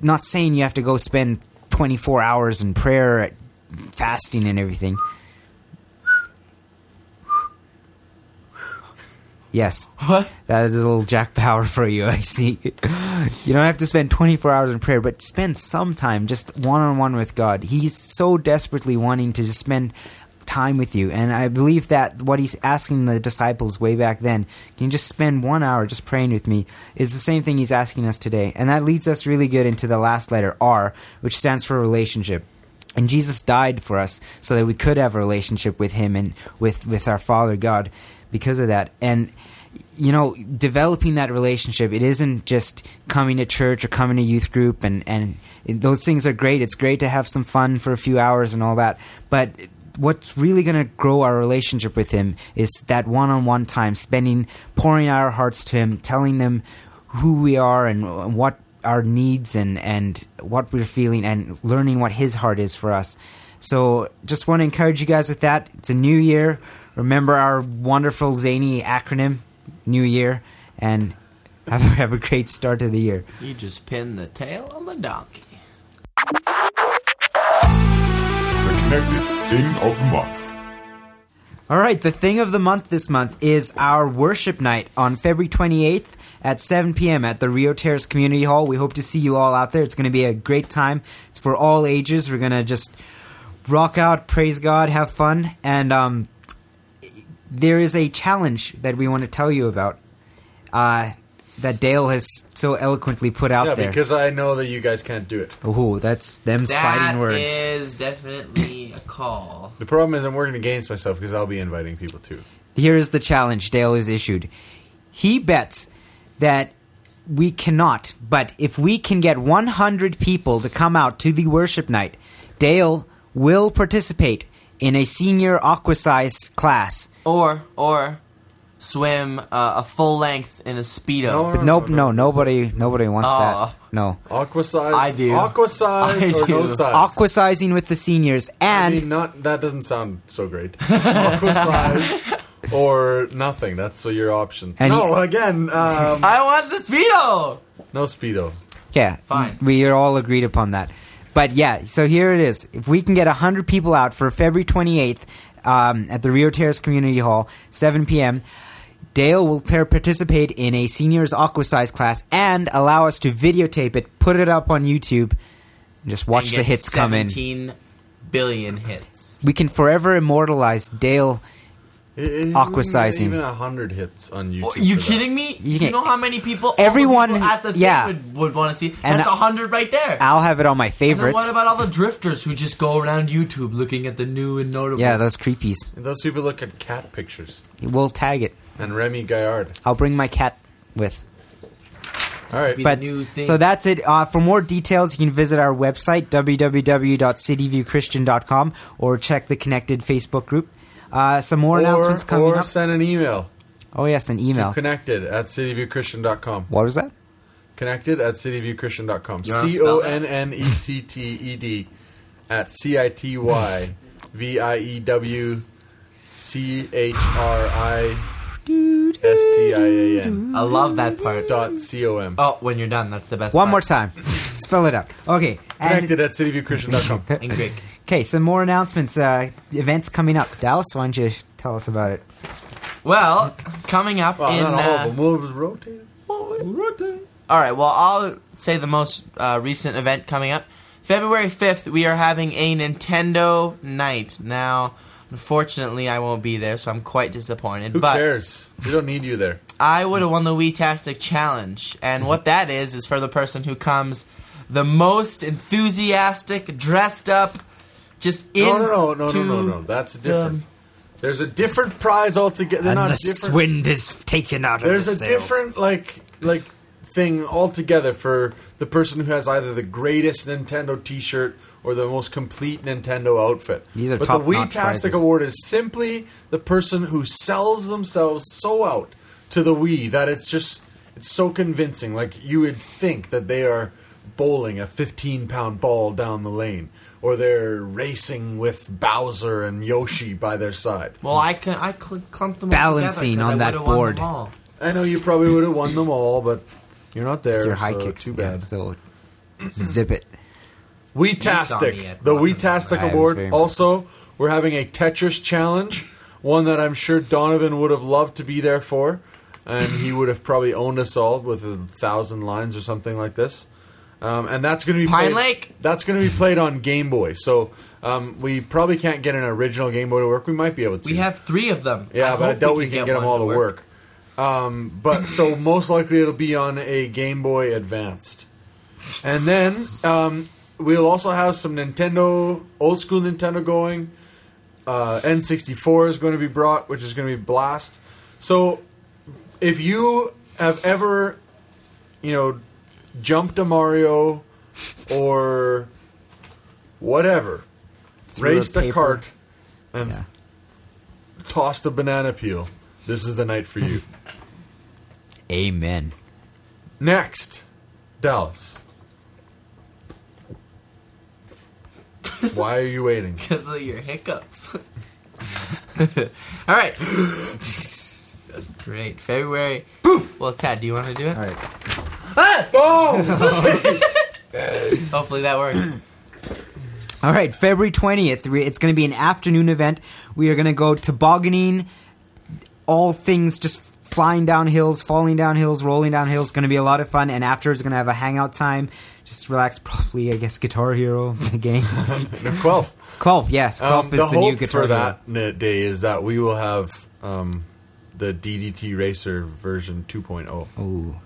Speaker 4: not saying you have to go spend 24 hours in prayer, fasting, and everything. Yes,
Speaker 2: What?
Speaker 4: that is a little Jack Bauer for you. I see. you don't have to spend 24 hours in prayer, but spend some time just one on one with God. He's so desperately wanting to just spend time with you, and I believe that what he's asking the disciples way back then, can you just spend one hour just praying with me, is the same thing he's asking us today, and that leads us really good into the last letter R, which stands for relationship. And Jesus died for us so that we could have a relationship with Him and with, with our Father God because of that. And, you know, developing that relationship, it isn't just coming to church or coming to youth group. And, and those things are great. It's great to have some fun for a few hours and all that. But what's really going to grow our relationship with Him is that one on one time, spending, pouring our hearts to Him, telling them who we are and what our needs and and what we're feeling and learning what his heart is for us so just want to encourage you guys with that it's a new year remember our wonderful zany acronym new year and have, have a great start to the year
Speaker 2: You just pin the tail on the donkey.
Speaker 1: The Connected Thing of the Month.
Speaker 4: All right, the thing of the month this month is our worship night on February 28th at 7 p.m. at the Rio Terrace Community Hall. We hope to see you all out there. It's going to be a great time. It's for all ages. We're going to just rock out, praise God, have fun, and um, there is a challenge that we want to tell you about uh, that Dale has so eloquently put out
Speaker 3: Yeah,
Speaker 4: there.
Speaker 3: because I know that you guys can't do it.
Speaker 4: Ooh, that's them's
Speaker 2: That
Speaker 4: fighting words.
Speaker 2: is definitely a call.
Speaker 3: The problem is I'm working against myself because I'll be inviting people too.
Speaker 4: Here is the challenge Dale is issued. He bets that we cannot, but if we can get 100 people to come out to the worship night, Dale will participate in a senior aqua size class.
Speaker 2: Or or swim uh, a full length in a speedo.
Speaker 3: No,
Speaker 4: But nope, no, nobody, nobody wants
Speaker 2: Aw.
Speaker 4: that. No.
Speaker 3: Aqua size.
Speaker 2: I do.
Speaker 3: Aqua size
Speaker 2: I
Speaker 3: or no
Speaker 2: do.
Speaker 3: size.
Speaker 4: Aqua sizing with the seniors
Speaker 3: I
Speaker 4: and
Speaker 3: mean, not that doesn't sound so great. Aqua size or nothing. That's your option.
Speaker 4: And
Speaker 3: no, again, um,
Speaker 2: I want the speedo.
Speaker 3: no speedo.
Speaker 4: Yeah,
Speaker 2: Fine.
Speaker 4: We are all agreed upon that. But yeah, so here it is. If we can get hundred people out for February twenty eighth um, at the Rio Terrace Community Hall, seven p.m. Dale will ter- participate in a seniors aqua size class and allow us to videotape it, put it up on YouTube, and just watch
Speaker 2: And
Speaker 4: the
Speaker 2: get
Speaker 4: hits come in.
Speaker 2: 17 billion hits.
Speaker 4: We can forever immortalize Dale. Aqua sizing.
Speaker 3: E-, Even a hundred hits on YouTube.
Speaker 2: You
Speaker 3: for that.
Speaker 2: kidding me?
Speaker 4: You
Speaker 2: You,
Speaker 4: can't-
Speaker 2: know how many people all the
Speaker 4: Everyone-
Speaker 2: people at the thing
Speaker 4: yeah.
Speaker 2: would, would want to see?
Speaker 4: And
Speaker 2: That's
Speaker 4: I-
Speaker 2: a hundred right there.
Speaker 4: I'll have it on my
Speaker 2: And then
Speaker 4: favorites.
Speaker 2: what about all the drifters who just go around YouTube looking at the new and notable?
Speaker 4: yeah, those creepies.
Speaker 3: And those people look at cat pictures
Speaker 4: We'll tag it.
Speaker 3: and Remy Gaillard.
Speaker 4: I'll bring my cat with.
Speaker 3: All right.
Speaker 2: Be the
Speaker 4: but
Speaker 2: new thing.
Speaker 4: so that's it uh, for more details you can visit our website www.cityviewchristian.com or check the connected facebook group uh, some more
Speaker 3: Or,
Speaker 4: announcements coming
Speaker 3: or
Speaker 4: up
Speaker 3: send an email.
Speaker 4: oh yes an email
Speaker 3: Connected at cityviewchristian.com.
Speaker 4: what was that
Speaker 3: Connected at cityviewchristian.com.
Speaker 2: You wanna
Speaker 3: C
Speaker 2: spell
Speaker 3: O
Speaker 2: that?
Speaker 3: N N E C T E D at C I T Y V I E W C H R I S T I A N
Speaker 2: I love that part.
Speaker 3: dot C O M.
Speaker 2: Oh, when you're done, that's the best.
Speaker 4: one
Speaker 2: part.
Speaker 4: more time spell it out okay
Speaker 3: Connected at cityviewchristian.com.
Speaker 2: In Greek.
Speaker 4: okay some more announcements uh, events coming up dallas why don't you tell us about it
Speaker 2: Well, coming up
Speaker 3: Well,
Speaker 2: in.
Speaker 3: not all
Speaker 2: uh,
Speaker 3: of them. We'll rotate. Rotate.
Speaker 2: All right. Well, I'll say the most uh, recent event coming up, February fifth. We are having a Nintendo night. Now, unfortunately, I won't be there, so I'm quite disappointed.
Speaker 3: Who
Speaker 2: but
Speaker 3: cares? We don't need you there.
Speaker 2: I would have won the Wii Tastic Challenge, and what that is is for the person who comes the most enthusiastic, dressed up, just in.
Speaker 3: No, no, no, no, no, no, no. That's different. There's a different prize altogether. They're
Speaker 4: and
Speaker 3: not
Speaker 4: the
Speaker 3: different.
Speaker 4: swind is taken out of
Speaker 3: There's
Speaker 4: the
Speaker 3: a
Speaker 4: sails.
Speaker 3: different like like thing altogether for the person who has either the greatest Nintendo T-shirt or the most complete Nintendo outfit.
Speaker 4: These are
Speaker 3: but the
Speaker 4: top-notch
Speaker 3: Wii-tastic
Speaker 4: prizes.
Speaker 3: award is simply the person who sells themselves so out to the Wii that it's just it's so convincing. Like you would think that they are bowling a 15 pound ball down the lane or they're racing with Bowser and Yoshi by their side.
Speaker 2: Well, I can I cl- clumped them all
Speaker 4: Balancing
Speaker 2: together 'cause I
Speaker 4: on that
Speaker 2: would've won them
Speaker 4: board.
Speaker 2: all.
Speaker 3: I know you probably would have won them all, but you're not there.
Speaker 4: your high
Speaker 3: so
Speaker 4: kicks.
Speaker 3: Too
Speaker 4: Yeah,
Speaker 3: bad.
Speaker 4: so zip it.
Speaker 2: me
Speaker 3: Wheatastic.
Speaker 2: at
Speaker 3: The
Speaker 2: one of
Speaker 4: them. I
Speaker 3: Wheatastic
Speaker 4: was
Speaker 3: Award.
Speaker 4: very-
Speaker 3: Also, we're having a Tetris challenge, one that I'm sure Donovan would have loved to be there for, and he would have probably owned us all with a thousand lines or something like this. Um, and that's going to be
Speaker 2: Pine
Speaker 3: played,
Speaker 2: Lake?
Speaker 3: That's going to be played on Game Boy. So um, we probably can't get an original Game Boy to work. We might be able to.
Speaker 2: We have three of them.
Speaker 3: Yeah, but I
Speaker 2: hope
Speaker 3: doubt we can get, them
Speaker 2: one
Speaker 3: all to work. Um, but so most likely it'll be on a Game Boy Advanced, and then um, we'll also have some Nintendo, old school Nintendo going. Uh, N64 is going to be brought, which is going to be blast. So if you have ever, you know, jumped a Mario or whatever,
Speaker 4: a
Speaker 3: raised a
Speaker 4: paper.
Speaker 3: cart and
Speaker 4: Yeah.
Speaker 3: tossed a banana peel. This is the night for you.
Speaker 4: Amen.
Speaker 3: Next, Dallas. Why are you waiting?
Speaker 2: because of your hiccups. all right. Great. February. Boom. Well, Tad, do you want to do it?
Speaker 4: All right.
Speaker 3: Oh,
Speaker 2: Hopefully that works.
Speaker 4: All right, February 20th, we- it's going to be an afternoon event. We are going to go tobogganing, all things just flying down hills, falling down hills, rolling down hills. Going to be a lot of fun. And after, it's going to have a hangout time. Just relax, probably, I guess, Guitar Hero game.
Speaker 3: Quill.
Speaker 4: Golf, yes. Golf
Speaker 3: Um,
Speaker 4: is
Speaker 3: the
Speaker 4: the, new
Speaker 3: hope
Speaker 4: Guitar
Speaker 3: for
Speaker 4: Hero.
Speaker 3: that n- day is that we will have um, the DDT Racer version oh. 2.0.
Speaker 4: Ooh.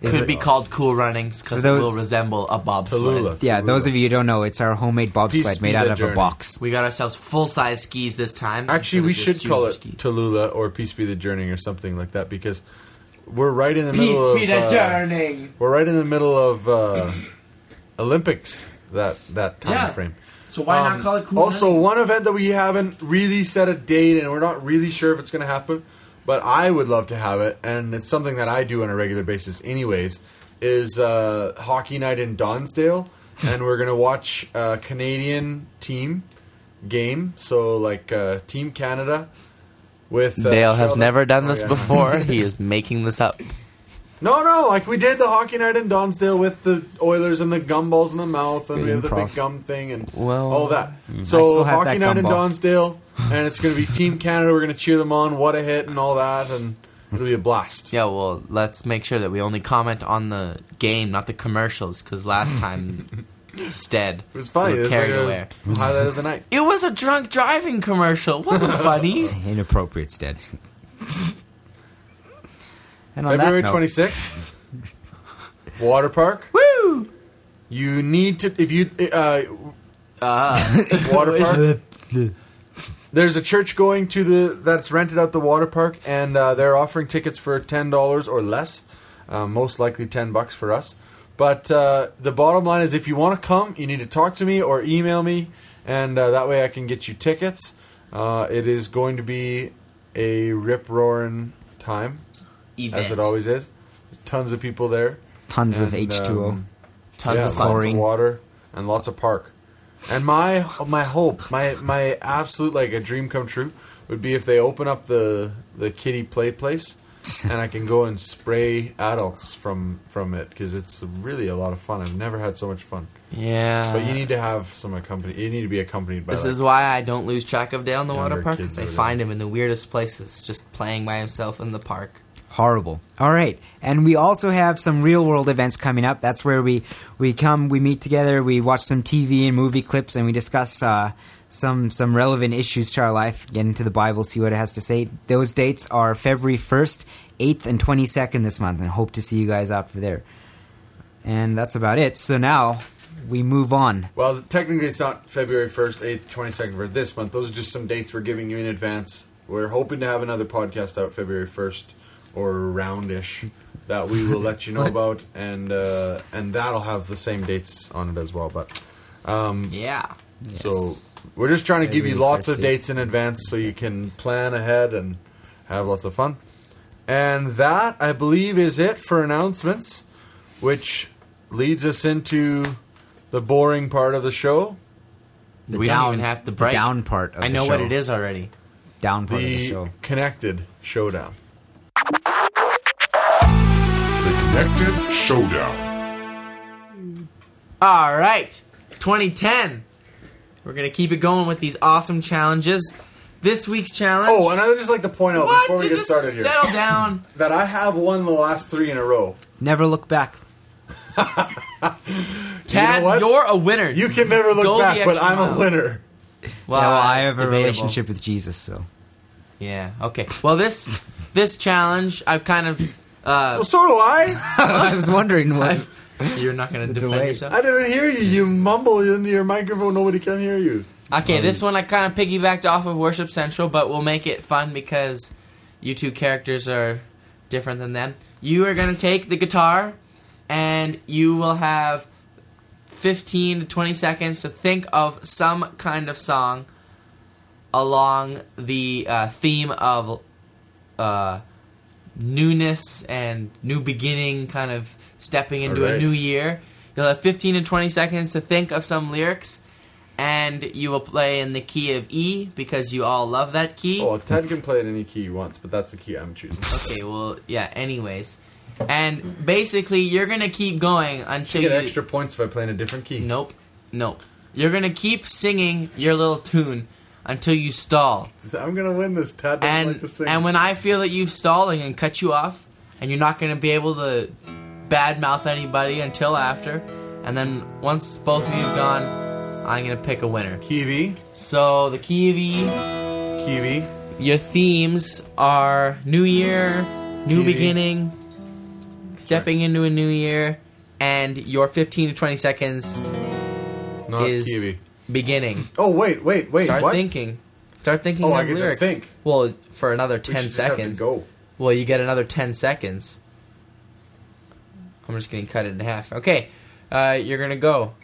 Speaker 4: Is
Speaker 2: Could
Speaker 4: it-
Speaker 2: be called Cool Runnings because
Speaker 4: For
Speaker 2: it
Speaker 4: those-
Speaker 2: will resemble a bobsled.
Speaker 3: Tallulah.
Speaker 4: Yeah,
Speaker 3: Tallulah.
Speaker 4: those of you who don't know, it's our homemade
Speaker 3: Peace
Speaker 4: bobsled
Speaker 3: be
Speaker 4: made out
Speaker 3: the
Speaker 4: of
Speaker 3: journey.
Speaker 4: a box.
Speaker 2: We got ourselves full size skis this time.
Speaker 3: Actually,
Speaker 2: instead of
Speaker 3: we
Speaker 2: just
Speaker 3: should call
Speaker 2: junior
Speaker 3: it
Speaker 2: skis.
Speaker 3: Tallulah or Peace Be the Journey or something like that because we're right in the middle
Speaker 2: Peace be the
Speaker 3: of uh,
Speaker 2: journey.
Speaker 3: we're right in the middle of uh, Olympics that that time
Speaker 2: Yeah.
Speaker 3: frame.
Speaker 2: So why
Speaker 3: Um,
Speaker 2: not call it Cool
Speaker 3: also,
Speaker 2: Runnings?
Speaker 3: one event that we haven't really set a date and we're not really sure if it's going to happen, but I would love to have it, and it's something that I do on a regular basis, anyways, is uh, hockey night in Donsdale, and we're going to watch a Canadian team game, so like uh, Team Canada. With uh,
Speaker 2: Dale has
Speaker 3: Sheldon-
Speaker 2: never done
Speaker 3: Oh,
Speaker 2: this
Speaker 3: yeah.
Speaker 2: before. he is making this up.
Speaker 3: No, no, like we did the hockey night in Donsdale with the Oilers and the gumballs in the mouth, and we have the
Speaker 4: Improv.
Speaker 3: big gum thing and
Speaker 2: Well, mm,
Speaker 3: all that.
Speaker 4: I
Speaker 3: So
Speaker 4: still have
Speaker 3: hockey
Speaker 4: that
Speaker 3: night in
Speaker 4: gumball.
Speaker 3: Donsdale, and it's going to be Team Canada. We're going to cheer them on. What a hit and all that, and it'll be a blast.
Speaker 2: Yeah, well, let's make sure that we only comment on the game, not the commercials, because last time, instead,
Speaker 3: It was funny.
Speaker 2: we
Speaker 3: It
Speaker 2: were
Speaker 3: was like
Speaker 2: carried
Speaker 3: a
Speaker 2: away.
Speaker 3: highlight of the night.
Speaker 2: It was a drunk driving commercial. It wasn't funny.
Speaker 4: Inappropriate, Stead. and on
Speaker 3: February
Speaker 4: that note,
Speaker 3: twenty sixth, water park.
Speaker 2: Woo!
Speaker 3: You need to if you uh,
Speaker 2: Uh,
Speaker 3: water park. There's a church going to the that's rented out the water park, and uh, they're offering tickets for ten dollars or less, uh, most likely ten bucks for us. But uh, the bottom line is, if you want to come, you need to talk to me or email me, and uh, that way I can get you tickets. Uh, it is going to be a rip roaring time,
Speaker 2: event.
Speaker 3: as it always is. There's tons of people there,
Speaker 4: tons of
Speaker 3: And,
Speaker 4: H2O.
Speaker 3: um,
Speaker 2: Tons
Speaker 3: yeah,
Speaker 2: of
Speaker 3: lots
Speaker 2: fun.
Speaker 4: chlorine.
Speaker 3: water, and lots of park. And my my hope, my my absolute like a dream come true would be if they open up the the kiddie play place, and I can go and spray adults from from it because it's really a lot of fun. I've never had so much fun.
Speaker 2: Yeah.
Speaker 3: But you need to have some accompany. You need to be accompanied by.
Speaker 2: Uh, This
Speaker 3: like,
Speaker 2: is why I don't lose track of Dale in the
Speaker 3: Younger
Speaker 2: water park
Speaker 3: kids
Speaker 2: because I
Speaker 3: over there.
Speaker 2: find him in the weirdest places, just playing by himself in the park.
Speaker 4: Horrible. All right, and we also have some real world events coming up. That's where we we come, we meet together, we watch some TV and movie clips, and we discuss uh, some some relevant issues to our life. Get into the Bible, see what it has to say. Those dates are February first, eighth, and twenty second this month, and hope to see you guys out for there. And that's about it. So now we move on.
Speaker 3: well, technically, it's not February first, eighth, twenty second for this month. Those are just some dates we're giving you in advance. We're hoping to have another podcast out February first or roundish. that we will let you know about, and uh, and that'll have the same dates on it as well. But um,
Speaker 2: Yeah.
Speaker 3: so we're just trying to give you
Speaker 4: Very
Speaker 3: lots of
Speaker 4: thirsty.
Speaker 3: dates in advance so you can plan ahead and have lots of fun. And that I believe is it for announcements, which leads us into the boring part of the show.
Speaker 4: The
Speaker 2: We don't even have to
Speaker 4: it's
Speaker 2: break.
Speaker 4: The down part. Of
Speaker 2: I
Speaker 4: the
Speaker 2: know what
Speaker 4: show.
Speaker 2: it is already.
Speaker 4: Down part of the
Speaker 3: the
Speaker 4: show.
Speaker 3: connected showdown.
Speaker 1: The Connected Showdown.
Speaker 2: All right, 2010. We're gonna keep it going with these awesome challenges. This week's challenge.
Speaker 3: Oh, and I'd just like to point out
Speaker 2: what?
Speaker 3: before we
Speaker 2: Just
Speaker 3: get started here
Speaker 2: settle down.
Speaker 3: that I have won the last three in a row.
Speaker 4: Never look back.
Speaker 2: Tad,
Speaker 3: what?
Speaker 2: you are a winner.
Speaker 3: You can never look
Speaker 2: Go the
Speaker 3: back, but
Speaker 2: extra
Speaker 3: I'm a
Speaker 2: mile.
Speaker 3: winner.
Speaker 2: Well,
Speaker 4: yeah, well, I
Speaker 2: it's
Speaker 4: have a
Speaker 2: debatable.
Speaker 4: relationship with Jesus, so
Speaker 2: Yeah. Okay. Well, this this challenge, I've kind of.
Speaker 3: Well,
Speaker 2: Uh,
Speaker 3: so do I.
Speaker 4: I was wondering what.
Speaker 2: you're not gonna defend
Speaker 4: delay.
Speaker 2: yourself.
Speaker 3: I didn't hear you. You mumble into your microphone. Nobody can hear you.
Speaker 2: Okay, this one I kind of piggybacked off of Worship Central, but we'll make it fun because you two characters are different than them. You are going to take the guitar, and you will have 15 to 20 seconds to think of some kind of song along the uh, theme of uh, newness and new beginning, kind of stepping into a
Speaker 3: Alright.
Speaker 2: new year. You'll have 15 to 20 seconds to think of some lyrics, and you will play in the key of E because you all love that key.
Speaker 3: Oh, Ted can play it any key he wants, but that's the key I'm choosing.
Speaker 2: Okay, well, yeah, anyways. And basically, you're going to keep going
Speaker 3: I
Speaker 2: until
Speaker 3: get
Speaker 2: you.
Speaker 3: extra points if I play in a different key.
Speaker 2: Nope. Nope. You're going to keep singing your little tune until you stall.
Speaker 3: I'm gonna win this. Ted doesn't
Speaker 2: and
Speaker 3: like to sing.
Speaker 2: and when I feel that you've stalling and cut you off, and you're not going to be able to badmouth anybody until after, and then once both of you have gone, I'm going to pick a winner.
Speaker 3: Kiwi,
Speaker 2: So the key of E,
Speaker 3: Kiwi,
Speaker 2: your themes are New Year, New
Speaker 3: Kiwi.
Speaker 2: Beginning, stepping into a new year, and your 15 to 20 seconds
Speaker 3: not
Speaker 2: Is-
Speaker 3: Kiwi.
Speaker 2: beginning.
Speaker 3: Oh wait, wait, wait.
Speaker 2: Start
Speaker 3: what?
Speaker 2: thinking. Start thinking
Speaker 3: Oh,
Speaker 2: of
Speaker 3: I get to
Speaker 2: lyrics.
Speaker 3: think.
Speaker 2: Well, for another
Speaker 3: We
Speaker 2: ten
Speaker 3: should just have to
Speaker 2: seconds.
Speaker 3: Go.
Speaker 2: Well, you get another 10 seconds. I'm just going to cut it in half. Okay. Uh, you're going to go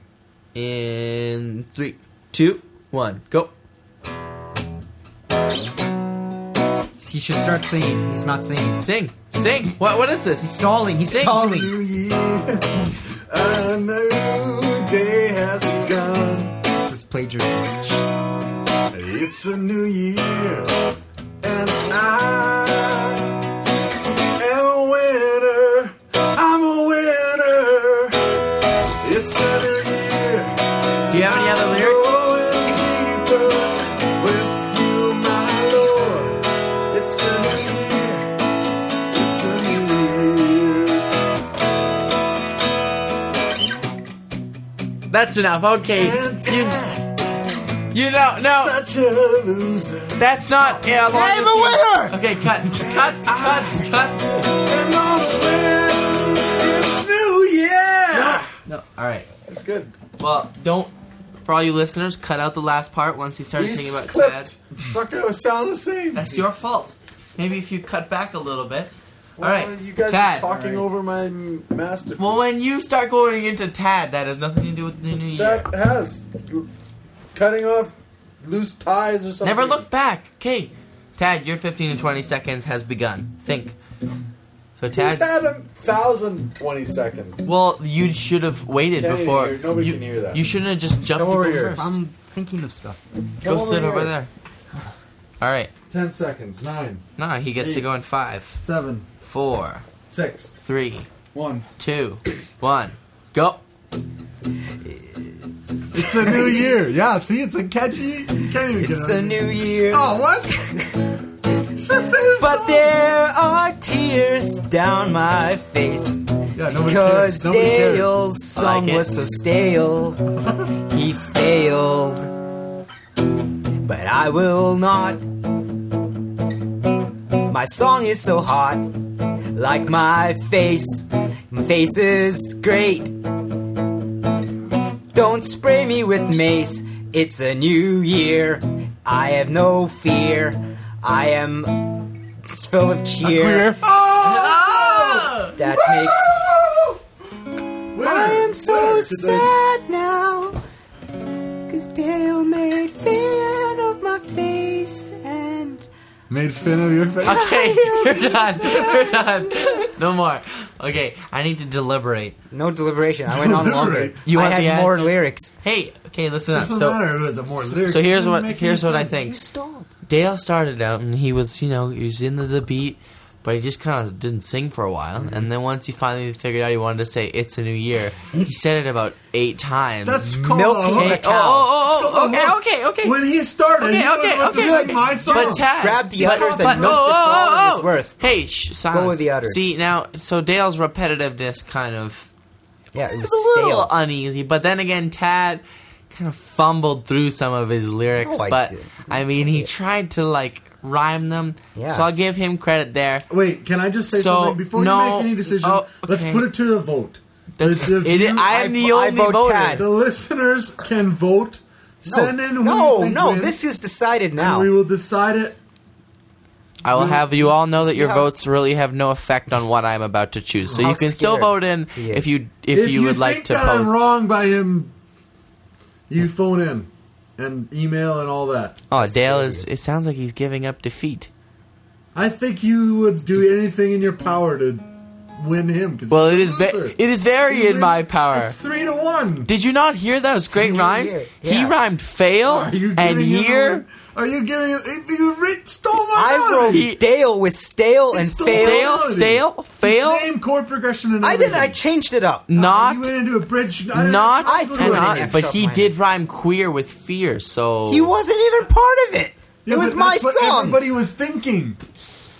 Speaker 2: in three, two, one, go.
Speaker 4: He should start singing. He's not singing.
Speaker 2: Sing. Sing. What? What is
Speaker 4: He's
Speaker 2: this?
Speaker 4: stalling. He's
Speaker 2: Sing.
Speaker 4: stalling.
Speaker 3: New year, a new day has begun.
Speaker 4: This is plagiarism.
Speaker 3: It's a new year, and I am a winner. I'm a winner. It's a new year.
Speaker 2: Do you have any other lyrics?
Speaker 3: Going deeper with you, my Lord. It's a new year. It's a new year.
Speaker 2: That's enough. Okay. You, you know, no.
Speaker 3: Such a loser.
Speaker 2: That's not. Yeah, along
Speaker 3: I'm a
Speaker 2: the theme.
Speaker 3: winner!
Speaker 2: Okay, cuts. Cuts, cuts, cuts.
Speaker 3: And all the wind, it's new year.
Speaker 2: No. All right.
Speaker 3: That's good.
Speaker 2: Well, don't. For all you listeners, cut out the last part once he started
Speaker 3: You
Speaker 2: singing about Tad.
Speaker 3: clipped. Sucker was sound the same.
Speaker 2: That's your fault. Maybe if you cut back a little bit.
Speaker 3: Well,
Speaker 2: All right,
Speaker 3: You guys
Speaker 2: Tad.
Speaker 3: are talking over my m- masterpiece.
Speaker 2: Well, when you start going into Tad, that has nothing to do with the new year.
Speaker 3: that has l- cutting off loose ties or something.
Speaker 2: Never look back. Okay, Tad, your 15 to 20 seconds has begun. Think. So
Speaker 3: He's
Speaker 2: Tad,
Speaker 3: had a thousand twenty seconds.
Speaker 2: well, you should have waited
Speaker 3: Can't even
Speaker 2: before.
Speaker 3: hear- nobody
Speaker 2: you,
Speaker 3: can hear that.
Speaker 2: You shouldn't have just jumped
Speaker 3: Come over
Speaker 2: to go
Speaker 3: here.
Speaker 2: first.
Speaker 4: I'm thinking of stuff.
Speaker 2: go
Speaker 3: Come over
Speaker 2: sit over
Speaker 3: here.
Speaker 2: there. All right.
Speaker 3: Ten seconds. Nine,
Speaker 2: Nah, he gets to
Speaker 3: Eight.
Speaker 2: go in five,
Speaker 3: seven,
Speaker 2: four,
Speaker 3: six,
Speaker 2: three,
Speaker 3: one.
Speaker 2: two, one, go.
Speaker 5: It's a new year. Yeah, see, it's a catchy. You can't even
Speaker 4: It's
Speaker 5: get
Speaker 4: a
Speaker 5: it.
Speaker 4: new year.
Speaker 5: Oh, what? it's the same
Speaker 4: But
Speaker 5: song.
Speaker 4: there are tears down my face.
Speaker 5: Yeah, nobody
Speaker 4: Because
Speaker 5: cares. Nobody cares.
Speaker 4: Dale's
Speaker 2: I
Speaker 4: song
Speaker 2: like it.
Speaker 4: was so stale, he failed. But I will not. My song is so hot, like my face. My face is great. Don't spray me with mace, it's a new year. I have no fear. I am full of cheer.
Speaker 5: Queer. Oh!
Speaker 2: Ah!
Speaker 4: That makes.
Speaker 3: Winner!
Speaker 4: I'm so
Speaker 3: Winner today.
Speaker 4: sad now. Cause Dale made fun of my face and.
Speaker 3: Made fin of your face.
Speaker 2: Okay, you're done. You're done. No more. Okay, I need to deliberate.
Speaker 4: No deliberation. I went on longer.
Speaker 3: Deliberate.
Speaker 2: You
Speaker 4: I
Speaker 2: want
Speaker 4: had
Speaker 2: the answer?
Speaker 4: more lyrics.
Speaker 2: Hey, okay, listen up.
Speaker 3: Doesn't
Speaker 2: So,
Speaker 3: matter. The more lyrics.
Speaker 2: so here's
Speaker 3: doesn't
Speaker 2: what
Speaker 3: make
Speaker 2: here's
Speaker 3: any
Speaker 2: what I
Speaker 3: sense.
Speaker 2: think.
Speaker 4: stalled.
Speaker 2: Dale started out and he was, you know, he was into the beat, but he just kind of didn't sing for a while.
Speaker 3: Mm-hmm.
Speaker 2: And then once he finally figured out he wanted to say "It's a New Year," he said it about eight times.
Speaker 3: That's called
Speaker 4: Milk
Speaker 3: a
Speaker 2: Hey,
Speaker 4: cake.
Speaker 3: hook.
Speaker 2: oh, oh, oh, oh,
Speaker 3: Look,
Speaker 2: okay, okay, okay.
Speaker 3: When he started,
Speaker 2: Okay,
Speaker 3: he was
Speaker 2: okay,
Speaker 3: about to
Speaker 2: okay,
Speaker 3: sing
Speaker 2: okay.
Speaker 3: my song.
Speaker 2: But Tad,
Speaker 4: Grab the
Speaker 2: but,
Speaker 4: udders and
Speaker 2: but-
Speaker 4: milk
Speaker 2: oh,
Speaker 4: the
Speaker 2: oh,
Speaker 4: flour
Speaker 2: oh,
Speaker 4: is worth.
Speaker 2: Hey, shh, silence.
Speaker 4: with the udders.
Speaker 2: See now, so Dale's repetitiveness kind of
Speaker 4: Yeah, it was
Speaker 2: was a little
Speaker 4: stale.
Speaker 2: uneasy, but then again, Tad kind of fumbled through some of his lyrics.
Speaker 4: No, I
Speaker 2: but
Speaker 4: didn't.
Speaker 2: I mean, he tried to like rhyme them,
Speaker 4: Yeah.
Speaker 2: so I'll give him credit there.
Speaker 3: Wait, can I just say
Speaker 2: So,
Speaker 3: something before you
Speaker 2: no-
Speaker 3: make any decision?
Speaker 2: oh,
Speaker 3: Let's
Speaker 2: okay.
Speaker 3: put it to a vote.
Speaker 2: That's-
Speaker 3: The- the
Speaker 2: it is-
Speaker 3: view-
Speaker 2: I am
Speaker 4: I
Speaker 2: the
Speaker 4: vo- I
Speaker 2: only
Speaker 4: vote
Speaker 2: voter.
Speaker 4: Tad.
Speaker 3: the listeners can vote. Send in who you
Speaker 4: no,
Speaker 3: think
Speaker 4: no,
Speaker 3: wins,
Speaker 4: this is decided
Speaker 3: and
Speaker 4: now.
Speaker 3: we will decide it.
Speaker 2: I will have you all know that your
Speaker 4: how-
Speaker 2: votes really have no effect on what I'm about to choose, so
Speaker 4: How
Speaker 2: you can still
Speaker 4: scared
Speaker 2: vote in
Speaker 4: he is.
Speaker 2: if you if, you, would
Speaker 3: think
Speaker 2: like to
Speaker 3: that I'm
Speaker 2: post.
Speaker 3: wrong by him, you phone in and email and all that.
Speaker 2: Oh, Dale
Speaker 4: scared he
Speaker 2: is.
Speaker 4: is.
Speaker 2: It sounds like he's giving up defeat.
Speaker 3: I think you would do anything in your power to win him. 'cause
Speaker 2: Well, it
Speaker 3: he's
Speaker 2: is
Speaker 3: a
Speaker 2: ve-
Speaker 3: loser.
Speaker 2: it is very
Speaker 3: He
Speaker 2: in my
Speaker 3: wins.
Speaker 2: power.
Speaker 3: It's three to one.
Speaker 2: Did you not hear those great
Speaker 4: new
Speaker 2: rhymes?
Speaker 4: year,
Speaker 2: He
Speaker 4: yeah.
Speaker 2: rhymed fail
Speaker 3: Are you
Speaker 2: and
Speaker 3: giving him the
Speaker 2: year.
Speaker 3: win? Are you giving? him- You re- stole my
Speaker 4: I wrote
Speaker 3: melody.
Speaker 2: He-
Speaker 4: Dale with stale
Speaker 3: He
Speaker 4: and
Speaker 3: stole
Speaker 4: fail.
Speaker 3: my
Speaker 2: Dale,
Speaker 3: melody.
Speaker 2: stale,
Speaker 3: The
Speaker 2: fail.
Speaker 3: Same chord progression and
Speaker 4: I didn't. I
Speaker 3: everything.
Speaker 4: changed it up.
Speaker 3: You
Speaker 2: Not
Speaker 3: went into a bridge. I didn't-
Speaker 2: not
Speaker 3: let's
Speaker 4: I
Speaker 3: go
Speaker 4: threw
Speaker 3: to
Speaker 4: it
Speaker 3: an
Speaker 4: in
Speaker 2: not,
Speaker 3: end.
Speaker 4: F
Speaker 2: but
Speaker 4: sharp
Speaker 2: he
Speaker 4: minor.
Speaker 2: did rhyme queer with fear, so
Speaker 4: He wasn't even part of it.
Speaker 3: Yeah,
Speaker 4: it was
Speaker 3: but
Speaker 4: my
Speaker 3: that's what
Speaker 4: song.
Speaker 3: Everybody was thinking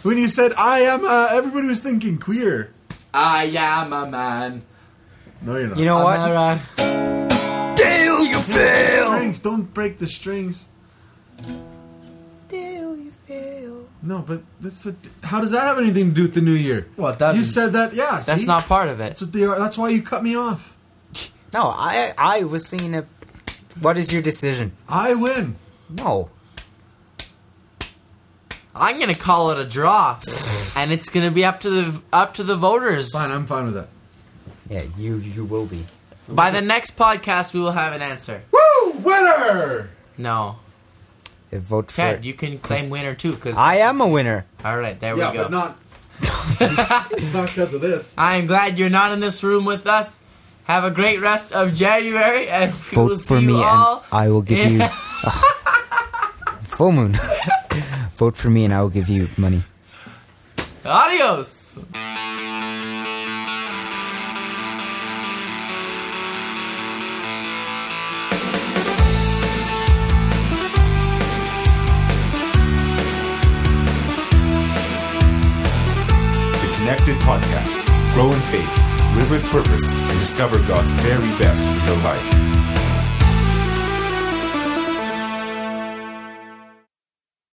Speaker 3: when you said "I am." Uh, everybody was thinking queer.
Speaker 2: I am a man.
Speaker 3: No, you're not.
Speaker 4: You know what?
Speaker 3: Dale, you fail. Strings, don't break the strings.
Speaker 4: Dale, you fail.
Speaker 3: No, but that's a, how does that have anything to do with the new year?
Speaker 2: Well, it doesn't.
Speaker 3: you said that. Yeah,
Speaker 2: That's
Speaker 3: see?
Speaker 2: not part of
Speaker 3: That's
Speaker 2: it.
Speaker 3: what they are. That's why you cut me off.
Speaker 4: No, I I was singing a. What is your decision?
Speaker 3: I win.
Speaker 4: No.
Speaker 2: I'm gonna call it a draw, and it's gonna be up to the up to the voters.
Speaker 3: Fine, I'm fine with that.
Speaker 4: Yeah, you you will be.
Speaker 2: By the next podcast, we will have an answer.
Speaker 3: Woo, winner!
Speaker 2: No,
Speaker 4: Uh, Vote for.
Speaker 2: Ted, you can claim winner too. Because
Speaker 4: I am a winner.
Speaker 2: all right, there
Speaker 3: yeah,
Speaker 2: we go.
Speaker 3: but not not because of this.
Speaker 2: I am glad you're not in this room with us. Have a great rest of January, and we will see you all.
Speaker 4: I will give you. full moon. Vote for me, and I will give you money.
Speaker 2: Adios.
Speaker 1: The Connected Podcast. Grow in faith, live with purpose, and discover God's very best for your life.